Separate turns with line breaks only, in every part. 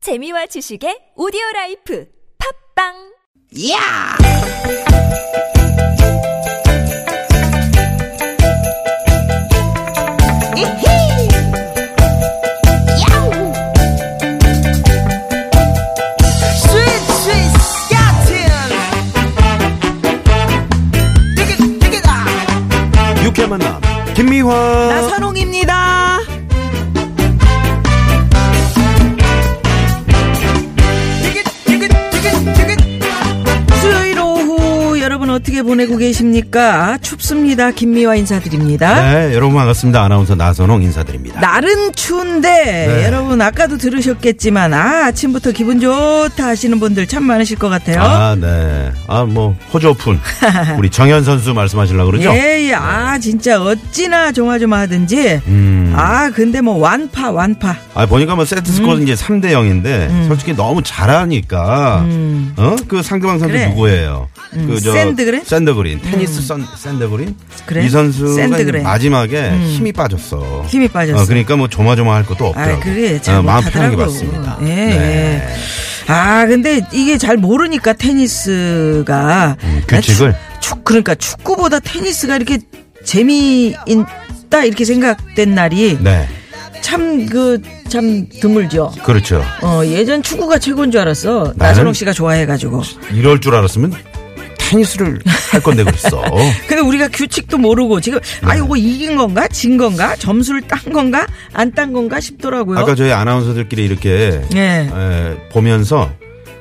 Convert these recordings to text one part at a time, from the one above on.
재미와 지식의 오디오 라이프 팝빵
야! 이히! 야우! 스윗 스윗 스캇틴! 띠기 띠기다!
유쾌한 만남 김미화
나선홍입니다.
수요일 오후 여러분 어떻게 보내고 계십니까? 춥습니다. 김미화 인사드립니다.
네 여러분 반갑습니다 아나운서 나선홍 인사드립니다
날은 추운데
네.
여러분 아까도 들으셨겠지만 아, 아침부터 기분 좋다 하시는 분들 참 많으실 것 같아요.
아네아뭐 호조푼 우리 정현 선수 말씀하시려고 그러죠
예, 예. 아 진짜 어찌나 조마조마하든지
음.
아 근데 뭐 완파 완파
아 보니까 뭐 세트 스코어는
음.
이제 3대 0인데 솔직히 너무 잘하니까 어그 상대방 선수
음. 그래. 음.
누구예요 그저
샌드그린? 음.
샌드그린 테니스 선 샌드그린
그래?
이 선수가 이제
샌드그린. 음.
마지막에 힘이 빠졌어
힘이 빠졌어.
어, 그러니까 뭐 조마조마할 것도 없더라고 어,
아, 그게 참
마음 편하게
못하더라고.
봤습니다 네.
예, 예. 아, 근데 이게 잘 모르니까 테니스가
음, 규칙을?
나 축, 축- 그러니까 축구보다 테니스가 이렇게 재미있다 이렇게 생각된 날이
네
참 그 참 드물죠.
그렇죠
어, 예전 축구가 최고인 줄 알았어.
나는-
나선홍 씨가 좋아해 가지고.
이럴 줄 알았으면 테니스를 할 건데 그랬어.
근데 우리가 규칙도 모르고 지금
네.
아 이거 이긴 건가? 진 건가? 점수를 딴 건가? 안 딴 건가 싶더라고요.
아까 저희 아나운서들끼리 이렇게
예.
에, 보면서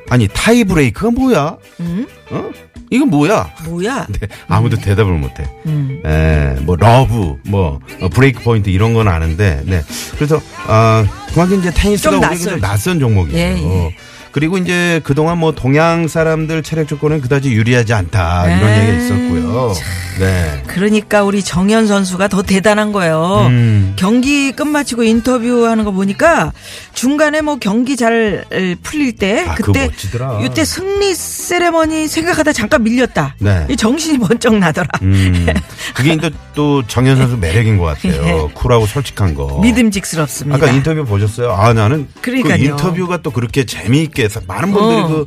아니 타이 브레이크가 뭐야?
음?
어? 이건 뭐야?
뭐야?
근데 아무도 대답을 못해.
음.
에, 뭐 러브, 뭐 어, 브레이크 포인트 이런 건 아는데, 네. 그래서 아, 그만큼 이제 테니스가
좀
우리에게
낯설죠.
좀 낯선 종목이에요.
예, 예.
그리고 이제 그동안 뭐 동양 사람들 체력 조건은 그다지 유리하지 않다 이런
에이,
얘기가 있었고요. 네.
그러니까 우리 정현 선수가 더 대단한 거예요.
음.
경기 끝마치고 인터뷰하는 거 보니까 중간에 뭐 경기 잘 에, 풀릴 때
아, 그거
그때
멋지더라.
이때 승리 세레머니 생각하다 잠깐 밀렸다.
네.
이 정신이 번쩍 나더라.
음, 그게 이제 또 정현 선수 매력인 것 같아요. 쿨하고 솔직한 거.
예. 믿음직스럽습니다.
아까 인터뷰 보셨어요? 아 나는
그러니까요.
그 인터뷰가 또 그렇게 재미있게 해서 많은 분들이
어.
그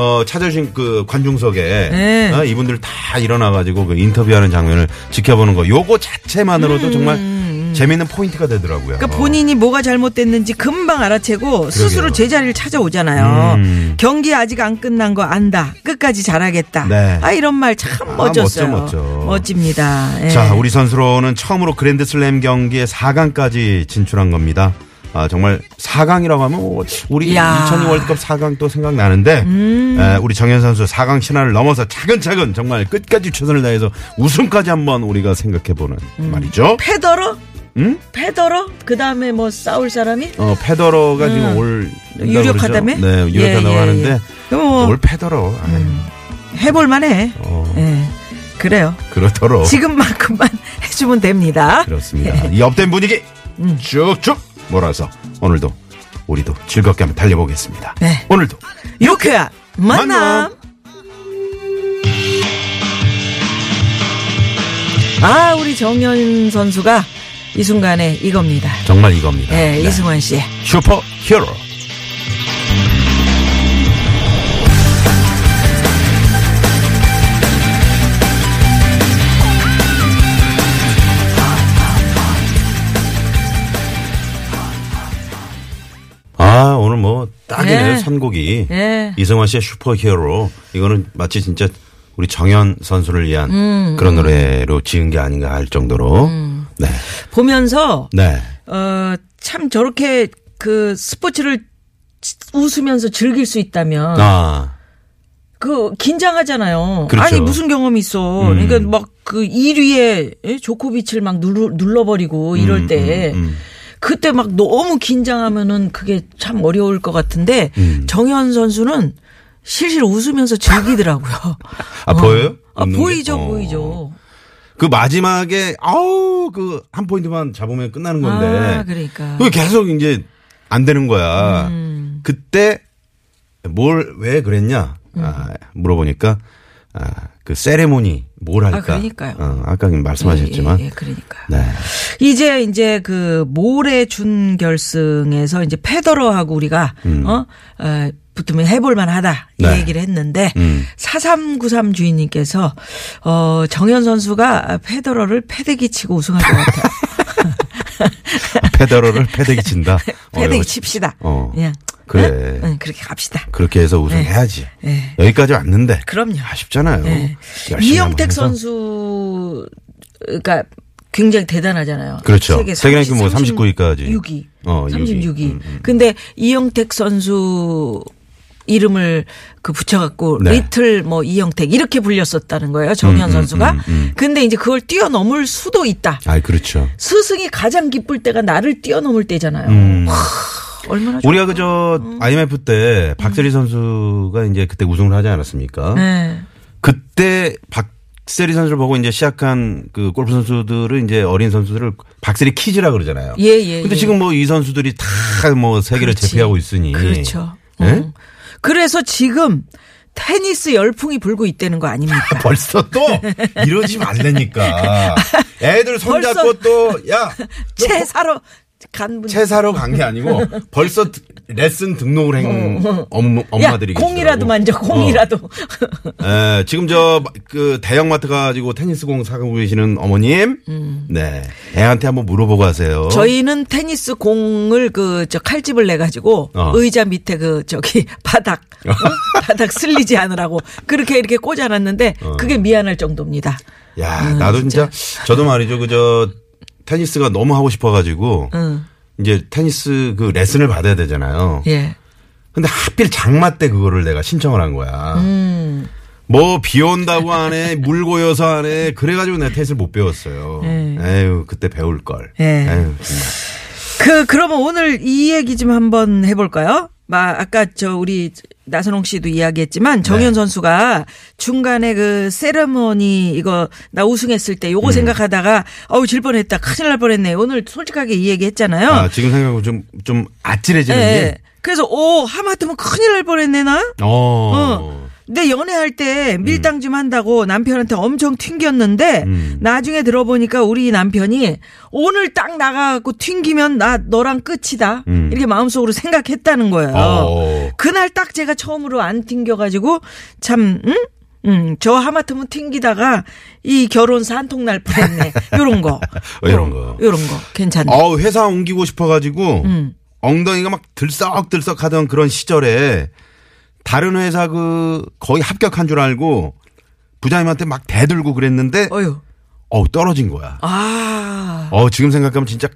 어, 찾아주신 그 관중석에
네.
어, 이분들 다 일어나가지고 그 인터뷰하는 장면을 지켜보는 거 요거 자체만으로도 정말 재밌는 포인트가 되더라고요.
음. 그러니까 본인이 뭐가 잘못됐는지 금방 알아채고 스스로 제자리를 찾아오잖아요.
음.
경기 아직 안 끝난 거 안다. 끝까지 잘하겠다.
네.
아 이런 말 참
아,
멋졌어요.
멋져, 멋져.
집니다 예.
자, 우리 선수로는 처음으로 그랜드슬램 경기에 4강까지 진출한 겁니다. 아, 정말 4강이라고 하면 오, 우리
이야. 음.
2002 월드컵 4강 또 생각나는데 에, 우리 정현 선수 4강 신화를 넘어서 차근차근 정말 끝까지 최선을 다해서 우승까지 한번 우리가 생각해 보는 말이죠.
음. 페더러?
응?
페더러? 그 다음에 뭐 싸울 사람이?
어, 페더러가 지금 올 그러죠?
음. 유력하다며?
네, 유력하다고
예, 음. 예,
하는데
예. 그럼 뭐
올 페더러. 아이,
해볼만해.
어,
예. 그래요.
그렇더러.
지금만큼만 해주면 됩니다.
어. 그렇습니다.
예.
이 업된 분위기 쭉쭉 몰아서 오늘도 우리도 즐겁게 한번 달려보겠습니다.
네.
오늘도
유쾌한 만남.
만남.
아, 우리 정현 선수가 이 순간에 이겁니다.
정말 이겁니다.
예,
네.
이승환 씨.
슈퍼 히어로. 아, 오늘 뭐 딱이네요.
네.
선곡이.
예.
이승환 씨의 슈퍼 히어로. 이거는 마치 진짜 우리 정현 선수를
음,
위한 그런 노래로 지은 게 아닌가 할 정도로.
음.
네.
보면서,
네.
어, 참 저렇게 그 스포츠를 웃으면서 즐길 수 있다면.
아.
그 긴장하잖아요.
그렇죠. 음.
아니 무슨 경험이 있어. 그러니까 막 그 1위에 예? 조코비치를 막 눌러, 눌러버리고
음,
이럴 때 그때 막 너무 긴장하면은 그게 참 어려울 것 같은데
음.
정현 선수는 실실 웃으면서 즐기더라고요.
아, 보여요?
아,
웃는 게?
보이죠,
어.
보이죠.
그 마지막에 아우 그 한 포인트만 잡으면 끝나는 건데.
아, 그러니까. 음.
그게 계속 이제 안 되는 거야. 그때
음.
뭘 왜 그랬냐? 아, 물어보니까 아, 그 세레모니 뭘 할까?
그러니까요.
어, 아까 말씀하셨지만.
예, 예, 그러니까요.
네.
이제 이제 그 모레 준결승에서 이제 페더러하고 우리가 어 에, 붙으면 해볼만하다 이
음. 네.
얘기를 했는데
음.
4393 주인님께서 어 정현 선수가 페더러를 패대기 치고 우승할 것 같아요.
페더러를 패대기 친다. 어,
네, 패대기 예.
이거
칩시다.
어. 네.
그냥
그래.
응, 그렇게 갑시다.
그렇게 해서 우승해야지.
네.
여기까지 왔는데.
그럼요.
아쉽잖아요.
네.
열심히 한번
이영택
해서. 선수가 굉장히 대단하잖아요. 그렇죠.
세계
세계
30,
랭킹 뭐 39위 까지.
6위.
어,
36위.
육위. 음,
근데 이영택 선수 이름을 그 붙여갖고
네. 음,
리틀 뭐 이영택 이렇게 불렸었다는 거예요. 정현 선수가. 근데 이제 그걸 뛰어넘을 수도 있다.
아, 그렇죠.
스승이 가장 기쁠 때가 나를 뛰어넘을 때잖아요. 와, 얼마나 좋아.
음. 우리가 그저
음.
IMF 때 박세리 선수가 이제 그때 우승을 하지 않았습니까?
네.
그때 박세리 선수를 보고 이제 시작한 그 골프 선수들은 이제 어린 선수들을 박세리 키즈라 그러잖아요.
예, 예,
근데
예.
지금 뭐 이 선수들이 다 뭐 세계를
그렇지.
제패하고 있으니.
그렇죠.
예?
음. 그래서 지금 테니스 열풍이 불고 있다는 거 아닙니까?
벌써 또 이러지 말라니까. 애들 손잡고 또, 야, 너
채 사러 간 분.
채 사러 간 게 아니고 벌써 드- 레슨 등록을 한 엄, 엄마들이
어, 야,
계시더라고.
공이라도 만져, 공이라도.
어. 에, 지금 저 그 대형마트 가지고 테니스공 사고 계시는 어머님, 네 애한테 한번 물어보고 하세요.
음. 저희는 테니스 공을 그 저 칼집을 내 가지고
어.
의자 밑에 그 저기 바닥 어? 바닥 슬리지 않으라고 그렇게 이렇게 꽂아놨는데
어.
그게 미안할 정도입니다.
야
아,
나도 진짜, 저도 말이죠 그저 테니스가 너무 하고 싶어가지고
응.
이제 테니스 그 레슨을 받아야 되잖아요.
예.
근데 하필 장마 때 그거를 내가 신청을 한 거야.
음.
뭐 비 온다고 하네, 물 고여서 하네. 그래가지고 내가 테니스를 못 배웠어요. 에휴 그때 배울 걸.
예.
에휴 정말.
그 그러면 오늘 이 얘기 좀 한번 해볼까요? 막 아까 저 우리 나선홍 씨도 이야기했지만 정현
네.
선수가 중간에 그 세레머니 이거 나 우승했을 때
음.
요거 생각하다가 어우 질 뻔했다 큰일 날 뻔했네 오늘 솔직하게 이 얘기했잖아요.
아, 지금 생각하고 좀, 좀 아찔해지는
어. 예.
게.
그래서 오 하마터면 큰일 날 뻔했네 나.
어.
어. 근데 연애할 때
음.
밀당 좀 한다고 남편한테 엄청 튕겼는데 나중에 들어보니까 우리 남편이 오늘 딱 나가갖고 튕기면 나 너랑 끝이다 이렇게 마음속으로 생각했다는 거예요.
어.
그날 딱 제가 처음으로 안 튕겨가지고 참 응? 음, 저 하마터면 튕기다가 이 결혼 산통 날 뻔했네. 요런 거.
어, 이런 거.
요런 거. 괜찮네.
어, 회사 옮기고 싶어가지고,
음.
엉덩이가 막 들썩들썩 하던 그런 시절에, 다른 회사 그, 거의 합격한 줄 알고, 부장님한테 막 대들고 그랬는데,
어휴.
어우, 떨어진 거야.
아.
어, 지금 생각하면 진짜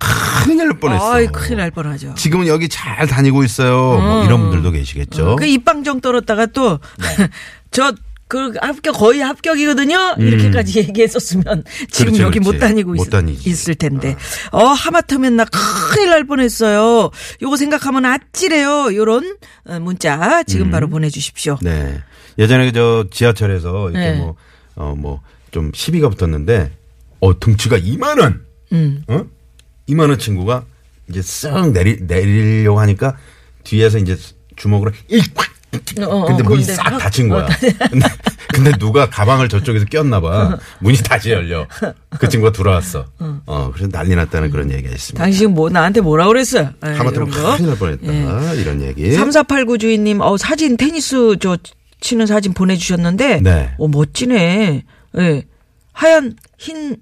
큰일 날 뻔했어.
아이, 큰일 날 뻔하죠.
지금은 여기 잘 다니고 있어요. 뭐 이런 분들도 계시겠죠.
그 입방정 떨었다가 또,
네.
저, 그 합격 거의 합격이거든요. 이렇게까지 얘기했었으면
음. 그렇죠,
지금
그렇지,
여기 못
그렇지.
다니고
못 다니지. 아.
있, 을 텐데. 어 하마터면 나 큰일 날 뻔했어요. 요거 생각하면 아찔해요. 요런 어, 문자 지금 바로 보내주십시오.
음. 네. 예전에 저 지하철에서 이렇게
네.
뭐, 어, 뭐, 좀 시비가 붙었는데, 어, 등치가 이만한,
음.
어? 이만한 친구가 이제 쓱 내리, 내리려고 하니까 뒤에서 이제 주먹으로 일콱!
어, 어,
근데 문이
그런데 어,
싹
확-
닫힌 거야. 근데, 근데 누가 가방을 저쪽에서 꼈나 봐. 문이 다시 열려. 그 친구가 돌아왔어. 어, 그래서 난리 났다는 그런 얘기가 있습니다.
당신 뭐 나한테 뭐라 그랬어요? 예,
하마터면
이런 거. 예.
큰일 날 뻔했다. 예? 이런 얘기.
3489 주인님, 어, 사진, 테니스 저 치는 사진 보내주셨는데,
네.
어, 멋지네. 예. 하얀 흰,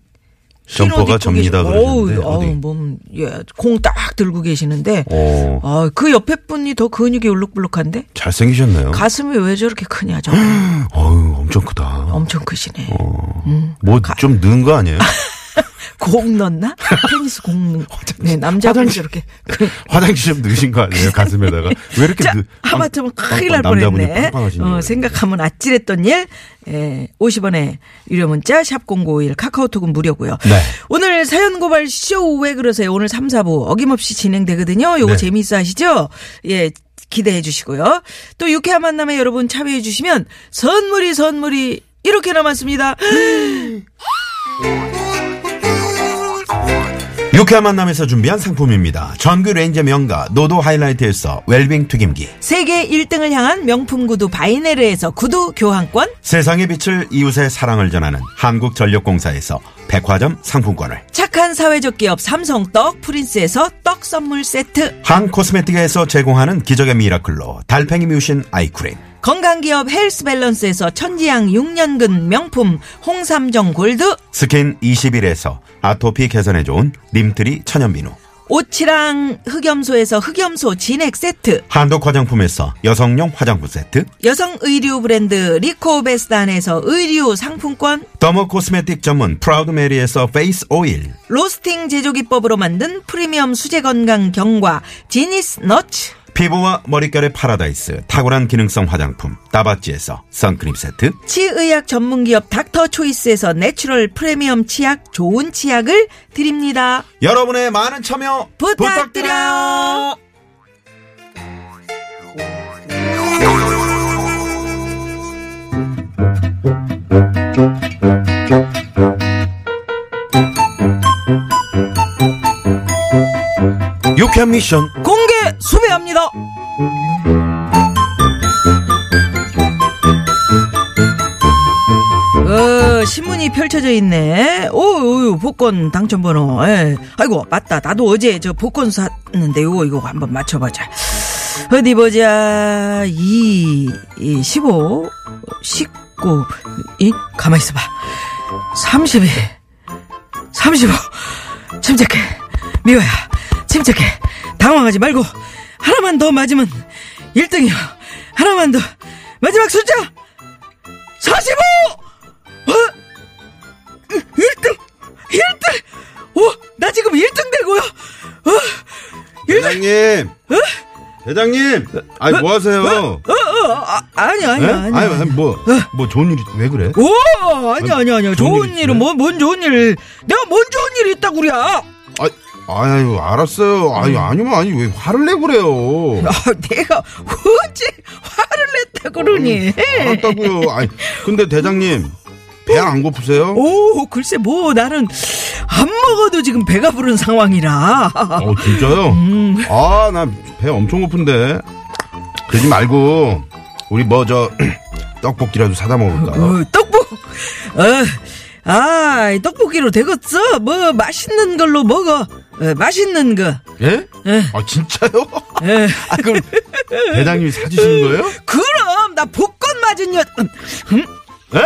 흰
점퍼가
옷 입고
접니다
계시-
그러셨는데,
어우,
어디?
어우, 몸, 예, 공 딱 들고 계시는데,
어.
어, 그 옆에 분이 더 근육이 울룩불룩한데,
잘생기셨네요.
가슴이 왜 저렇게 크냐, 저
어유 엄청 크다.
엄청 크시네.
어.
음.
뭐 좀 넣은 거 아니에요?
공 넣나? 테니스 공 넣, 네, 남자분 저렇게.
네.
그,
화장실 좀 넣으신 거 아니에요? 가슴에다가 왜 이렇게
자,
넣-
하마터면
빵-
큰일 날
빵- 남자분이
뻔했네.
빵빵하신
어,
거예요.
생각하면 아찔했던 일. 예, 50원에 유료 문자 샵 #051 카카오톡은 무료고요.
네.
오늘 사연 고발 쇼 왜 그러세요? 오늘 3, 4부 어김없이 진행되거든요. 요거
네.
재미있어 하시죠? 예. 기대해 주시고요. 또 유쾌한 만남에 여러분 참여해 주시면 선물이 선물이 이렇게 남았습니다.
유쾌한 만남에서 준비한 상품입니다. 전규 레인저 명가 노도 하이라이트에서 웰빙 튀김기.
세계 1등을 향한 명품 구두 바이네르에서 구두 교환권,
세상의 빛을 이웃의 사랑을 전하는 한국전력공사에서 백화점 상품권을.
착한 사회적 기업 삼성떡 프린스에서 떡 선물 세트,
한 코스메틱에서 제공하는 기적의 미라클로 달팽이 뮤신 아이크림.
건강 기업 헬스 밸런스에서 천지향 6년근 명품 홍삼정 골드,
스킨 21에서 아토피 개선에 좋은 님트리 천연비누.
오치랑 흑염소에서 흑염소 진액 세트,
한독 화장품에서 여성용 화장품 세트.
여성 의류 브랜드 리코베스단에서 의류 상품권,
더머 코스메틱 전문 프라우드 메리에서 페이스 오일.
로스팅 제조기법으로 만든 프리미엄 수제 건강 경과 지니스 너츠,
피부와 머릿결의 파라다이스 탁월한 기능성 화장품 따바찌에서 선크림 세트.
치의학 전문기업 닥터 초이스에서 내추럴 프리미엄 치약 좋은 치약을 드립니다.
여러분의 많은 참여
부탁드려요.
유쾌한 미션
공개 수배합니다. 어, 신문이 펼쳐져 있네. 오유, 복권 당첨번호. 예. 아이고, 맞다. 나도 어제 저 복권 샀는데, 요거, 이거 한번 맞춰보자. 어디 보자. 2, 15, 19, 이, 가만히 있어봐. 32, 35. 침착해. 미호야, 침착해. 당황하지 말고, 하나만 더 맞으면 1등이야. 하나만 더. 마지막 숫자! 45! 어? 1등! 1등! 오, 나 지금 1등 되고요. 어, 1등!
대장님 대장님 아니 뭐 하세요
어, 어, 아, 아니, 아니, 어?
예?
아니.
아니 뭐뭐 좋은 일이 왜 그래
오, 아니, 아니, 아니.
좋은
좋은
일 있네.
일은 뭐, 뭔 좋은 일. 내가 뭔 좋은 일이 있다고, 우리야.
아, 아유 알았어요 아니 아니면 아니 왜 화를 내 그래요
음. 아, 내가 어째 화를 냈다고 그러니.
알았다고요 아니 근데 대장님 배 안 고프세요
오, 글쎄, 뭐, 나는 안 먹어도 지금 배가 부른 상황이라.
어 진짜요
음.
아 나 배 엄청 고픈데 그러지 말고 우리 뭐 저 떡볶이라도 사다 먹을까
어, 떡볶, 어, 아, 떡볶이로 되겠어. 뭐, 맛있는 걸로 먹어. 어, 맛있는 거.
예?
예.
아 진짜요?
예.
아 그럼 대장님이 사주시는 거예요?
그럼, 나 복권 맞은 여, 음?
예?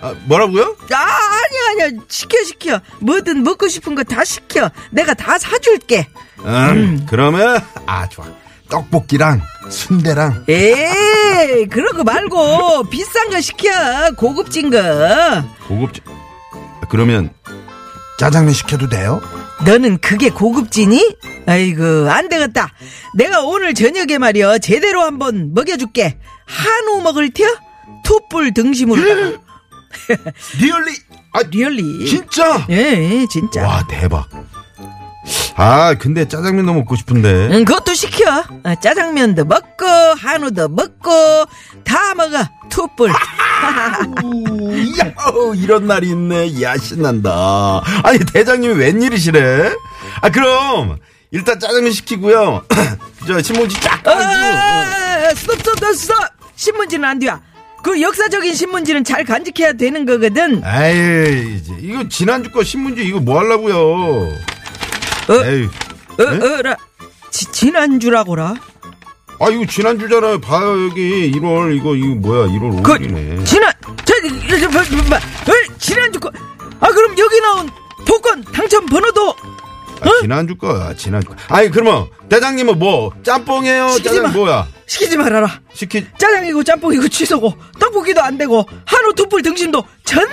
아 뭐라고요?
아, 아니야, 아니야. 시켜, 시켜. 뭐든 먹고 싶은 거 다 시켜. 내가 다 사줄게.
음, 그러면 아 좋아 떡볶이랑 순대랑
에이, 그런 거 말고, 비싼 거 시켜. 고급진 거.
고급진 그러면 짜장면 시켜도 돼요?
너는 그게 고급지니? 아이고 안 되겠다. 내가 오늘 저녁에 말이여 제대로 한번 먹여줄게. 한우 먹을 텨? 투뿔 등심으로.
리얼리 아
리얼리.
예. 진짜
예, 예, 진짜.
와 대박 아 근데 짜장면 너무 먹고 싶은데
응, 그것도 시켜. 어, 짜장면도 먹고 한우도 먹고 다 먹어. 투뿔.
아, 우, 야, 어우, 이런 날이 있네 야 신난다 아니 대장님이 웬일이시래 아 그럼 일단 짜장면 시키고요 저 신문지 쫙 깔고 어.
아, 스톱, 스톱, 스톱, 스톱. 신문지는 안 돼요. 그 역사적인 신문지는 잘 간직해야 되는 거거든.
아유 이제 이거 지난주 거 신문지 이거 뭐 하려고요
어?
에이
어,
네?
어라. 지, 지난주라고라.
아 이거 지난주잖아요 봐요 여기 1월 이거 이거 뭐야 1월
그
5일이네
지난 저 저, 저, 저, 저, 저, 어, 지난주 거. 아 그럼 여기 나온 복권 당첨 번호도
아,
어?
지난주 거야 지난주 거 아니 그러면 대장님은 뭐 짬뽕이에요
시키지
짜장
마.
뭐야
시키지 말아라.
시키
짜장이고 짬뽕이고 취소고 떡볶이도 안 되고 한우 두뿔 등심도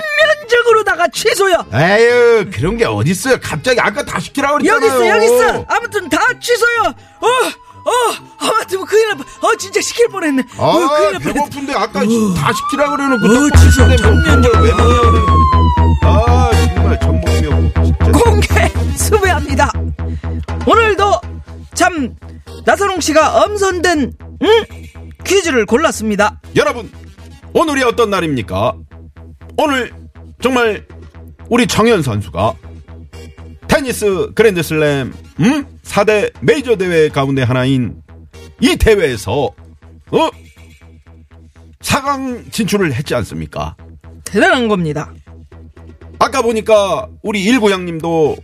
전면적으로 다가 취소야.
에휴 그런 게 어딨어요 갑자기 아까 다 시키라고
여기
그랬잖아요
있어 여기 있어. 아무튼 다 취소야. 어. 어, 아무튼 큰일 날 뻔. 어, 진짜 시킬 뻔했네.
아
어, 큰일 날 뻔했네.
배고픈데 아까 다 시키라고 그래놓고
어,
떡볶이
진짜
시켰는데 뭐
장면이야.
그걸 왜 먹냐고 아 정말 전범이 없고 진짜
공개 수배합니다. 오늘도 참 나선홍 씨가 엄선된 응? 퀴즈를 골랐습니다.
여러분 오늘이 어떤 날입니까? 오늘 정말 우리 정현 선수가 테니스 그랜드슬램 음? 4대 메이저 대회 가운데 하나인 이 대회에서 어? 4강 진출을 했지 않습니까?
대단한 겁니다.
아까 보니까 우리 일구양님도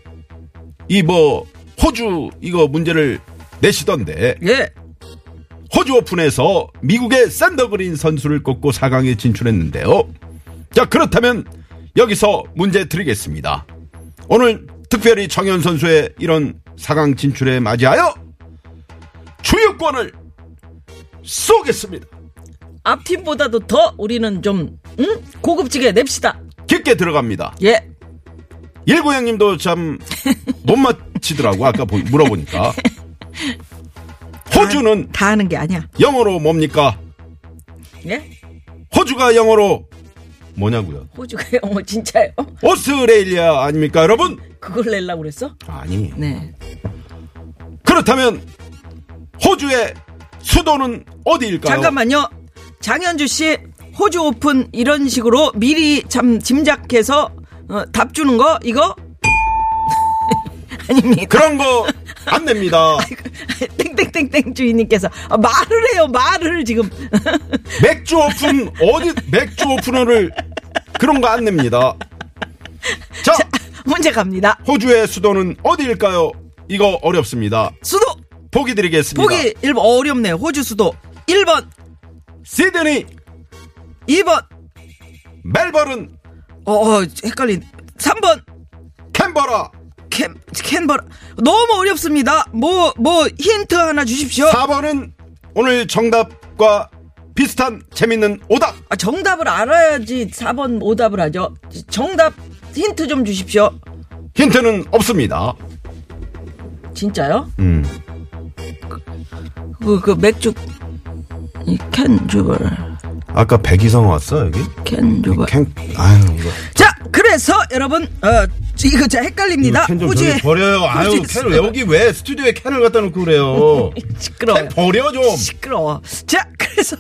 이 뭐 호주 이거 문제를 내시던데
예.
호주 오픈에서 미국의 샌더그린 선수를 꺾고 4강에 진출했는데요. 자 그렇다면 여기서 문제 드리겠습니다. 오늘 특별히 정현 선수의 이런 4강 진출에 맞이하여 주유권을 쏘겠습니다.
앞팀보다도 더 우리는 좀 응? 고급지게 냅시다.
깊게 들어갑니다.
예.
일구형님도 참 못 맞히더라고 아까 보- 물어보니까 호주는
다 하는 게 아니야.
영어로 뭡니까?
예?
호주가 영어로 뭐냐고요?
호주가 영어 진짜요?
오스트레일리아 아닙니까 여러분?
그걸 낼라 고 그랬어?
아니
네.
그렇다면 호주의 수도는 어디일까요?
잠깐만요. 장현주 씨 호주 오픈 이런 식으로 미리 참 짐작해서 어, 답 주는 거 이거 아닙니다.
그런 거 안 냅니다
땡땡땡땡 주인님께서 아, 말을 해요 말을 지금
맥주 오픈 어디 맥주 오픈을 그런 거 안 냅니다 자
문제 갑니다.
호주의 수도는 어디일까요? 이거 어렵습니다
수도
보기 드리겠습니다
보기 1번 어렵네요. 호주 수도 1번,
시드니
2번,
멜버른
어, 어 헷갈린 3번
캔버라
캔 캔버 너무 어렵습니다. 뭐 뭐 힌트 하나 주십시오.
4번은 오늘 정답과 비슷한 재밌는 오답
아, 정답을 알아야지 4번 오답을 하죠. 정답 힌트 좀 주십시오.
힌트는 없습니다
진짜요?
음.
그, 그 맥주 캔 주벌
아까 백이성 왔어 여기?
캔 주벌.
캔 아유 이거
자 그래서 여러분 어 이거 제 헷갈립니다.
캔좀
호주에
저기 버려요. 아유,
호주에
캔을 여기 왜 스튜디오에 캔을 갖다 놓고 그래요.
시끄러워요.
캔 버려 좀.
시끄러워. 자, 그래서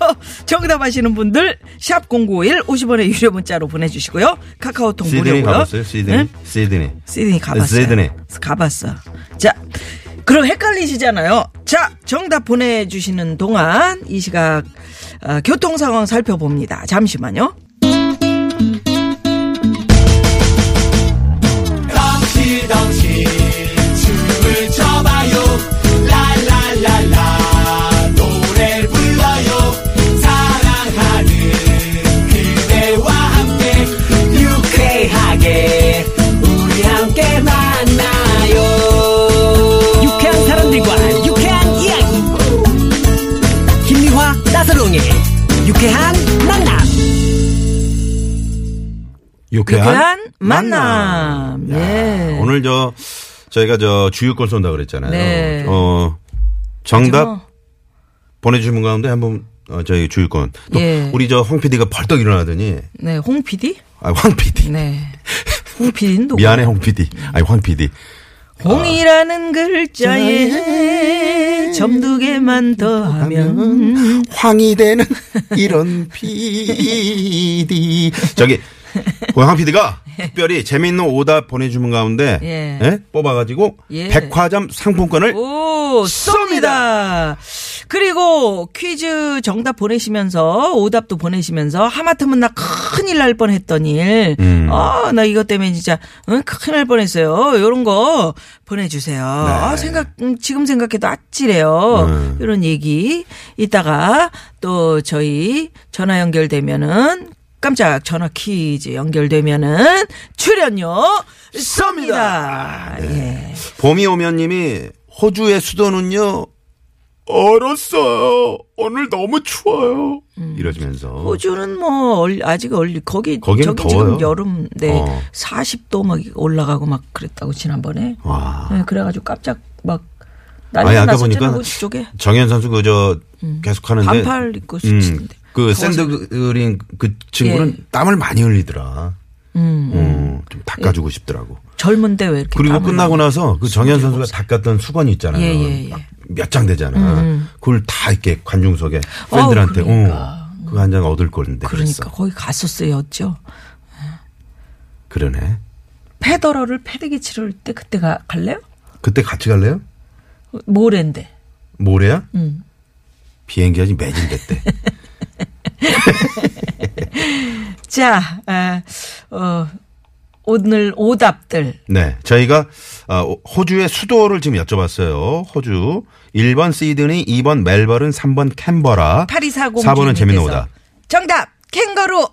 정답 하시는 분들 샵 0951 50원의 유료 문자로 보내 주시고요. 카카오톡 무료고요. 네? 응?
시드니. 네,
시드니 가봤어요.
시드니.
가봤어. 자, 그럼 헷갈리시잖아요. 자, 정답 보내 주시는 동안 이 시각 어, 교통 상황 살펴봅니다. 잠시만요.
유쾌한 사람들과 유쾌한 이야기 김미화 나서롱의 유쾌한 만남
유쾌한 만남. 예.
오늘 저 저희가 저 주유권 쏜다 그랬잖아요.
네.
어 정답
어,
보내주신 분 가운데 한번 어, 저희 주유권. 또
예.
우리 저 홍 PD가 벌떡 일어나더니
네, 홍 PD?
아, 황 PD.
네. 홍 PD는 누구?
미안해 홍 PD. 아니 황 PD.
홍이라는 글자에 점두 개만 더하면
황이 되는 이런 PD. 저기 고향 PD가 특별히 재미있는 오답 보내주문 가운데
예.
예? 뽑아가지고
예.
백화점 상품권을
오 쏩니다. 그리고 퀴즈 정답 보내시면서 오답도 보내시면서 하마터면 나 큰일 날 뻔했던 일, 아 나 이것 때문에 진짜 응, 큰일 날 뻔했어요. 이런 거 보내주세요. 아, 생각 음, 지금 생각해도 아찔해요. 이런 얘기 이따가 또 저희 전화 연결되면은. 깜짝 전화 퀴즈 연결되면은 출연료 쏩니다. 예.
봄이 오면님이 호주의 수도는요 얼었어요. 오늘 너무 추워요. 이러시면서
음. 호주는 뭐 얼- 아직 얼리 거기
거긴
저기
더워요.
지금 여름 네
어.
40도 막 올라가고 막 그랬다고 지난번에
와.
네, 그래가지고 깜짝 막
아니,
난리가
아까
났었잖아
보니까
호주 쪽에
정현 선수 그저 계속 하는데
음. 반팔 입고 수치는데
그
더워서. 예.
샌드그린 그 친구는 땀을 많이 흘리더라. 어, 좀 닦아주고 싶더라고.
젊은데 왜 이렇게
그리고
음.
뭐
예. 땀을
끝나고
흘려?
나서 그 정현 선수가 닦았던 수건이 있잖아요.
예, 예, 예.
몇 장 되잖아. 그걸 다 이렇게 관중석에
어우,
팬들한테
그러니까.
어, 그거 한 장 얻을 건데
그러니까
그랬어.
거기 갔었어요 였죠
그러네.
페더러를 패대기 치를 때 그때가 갈래요?
그때 같이 갈래요?
모레인데.
모레야?
음.
비행기 아직 매진됐대.
자, 아, 어, 오늘 오답들.
네. 저희가 아, 호주의 수도를 지금 여쭤봤어요. 호주. 1번 시드니, 2번 멜버른, 3번 캔버라.
8240
4번은 재밌는
님께서
오다.
정답! 캥거루!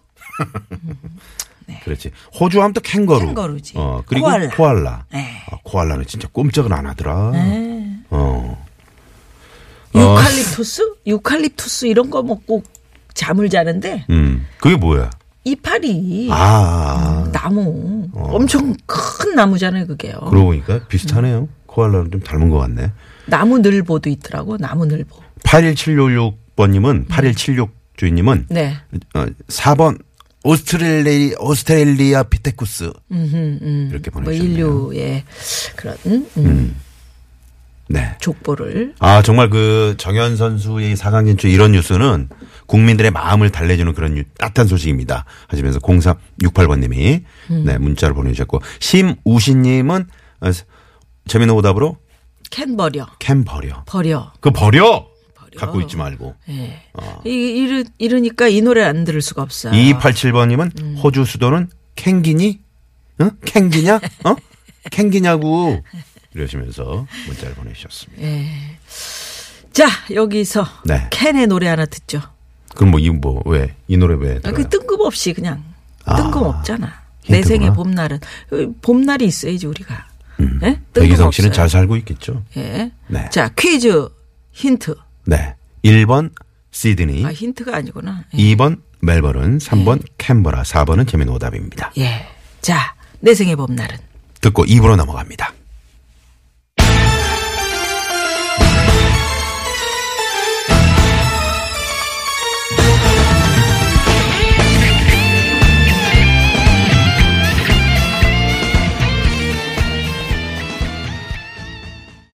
그렇지. 호주 하면 또 캥거루.
캥거루지.
어, 그리고
네. 코알라.
코알라.
네.
아, 코알라는 진짜 꼼짝을 안 하더라. 어.
유칼립투스? 유칼립투스 이런 거 먹고 잠을 자는데
음. 그게 뭐야?
이파리
아. 어.
나무 엄청 큰 나무잖아요 그게요.
그러고 보니까 비슷하네요. 코알라는 좀 닮은 것 같네.
나무늘보도 있더라고 나무늘보.
81766번님은, 8176 주인님은,
네.
어, 4번, 오스트레일리, 오스트레일리아 피테쿠스. 이렇게
뭐
보내주셨네요.
인류의 그런 음,
네.
족보를
아, 정말 그 정현 선수의 4강 진출 이런 뉴스는 국민들의 마음을 달래주는 그런 유- 따뜻한 소식입니다. 하시면서 0368번님이
음.
네, 문자를 보내주셨고, 심우신님은 어, 재미있는 오답으로
캔 버려
캔 버려.
버려.
그 버려!
버려.
갖고 있지 말고.
예.
어.
이 이르, 이러니까 이 노래 안 들을 수가 없어요.
2287번님은
음.
호주 수도는 캥기니? 응? 캥기냐? 어? 캥기냐고. 이러시면서 문자를
예.
보내주셨습니다.
자 여기서
네.
캔의 노래 하나 듣죠.
그럼 뭐, 이, 뭐, 왜? 이 노래 왜?
아,
들어요?
그 뜬금없이 그냥
아,
뜬금없잖아. 내
힌트구나.
생의 봄날은 여기 봄날이 있어야지 우리가. 예?
음. 백희성 씨는
뜬금없어요.
잘 살고 있겠죠?
예.
네.
자 퀴즈 힌트.
네. 1번 시드니,
아 예. 힌트가 아니구나. 예.
2번 멜버른, 3번 캔버라, 4번은 재미는 오답입니다.
예. 자 내 생의 봄날은.
듣고 입으로 넘어갑니다.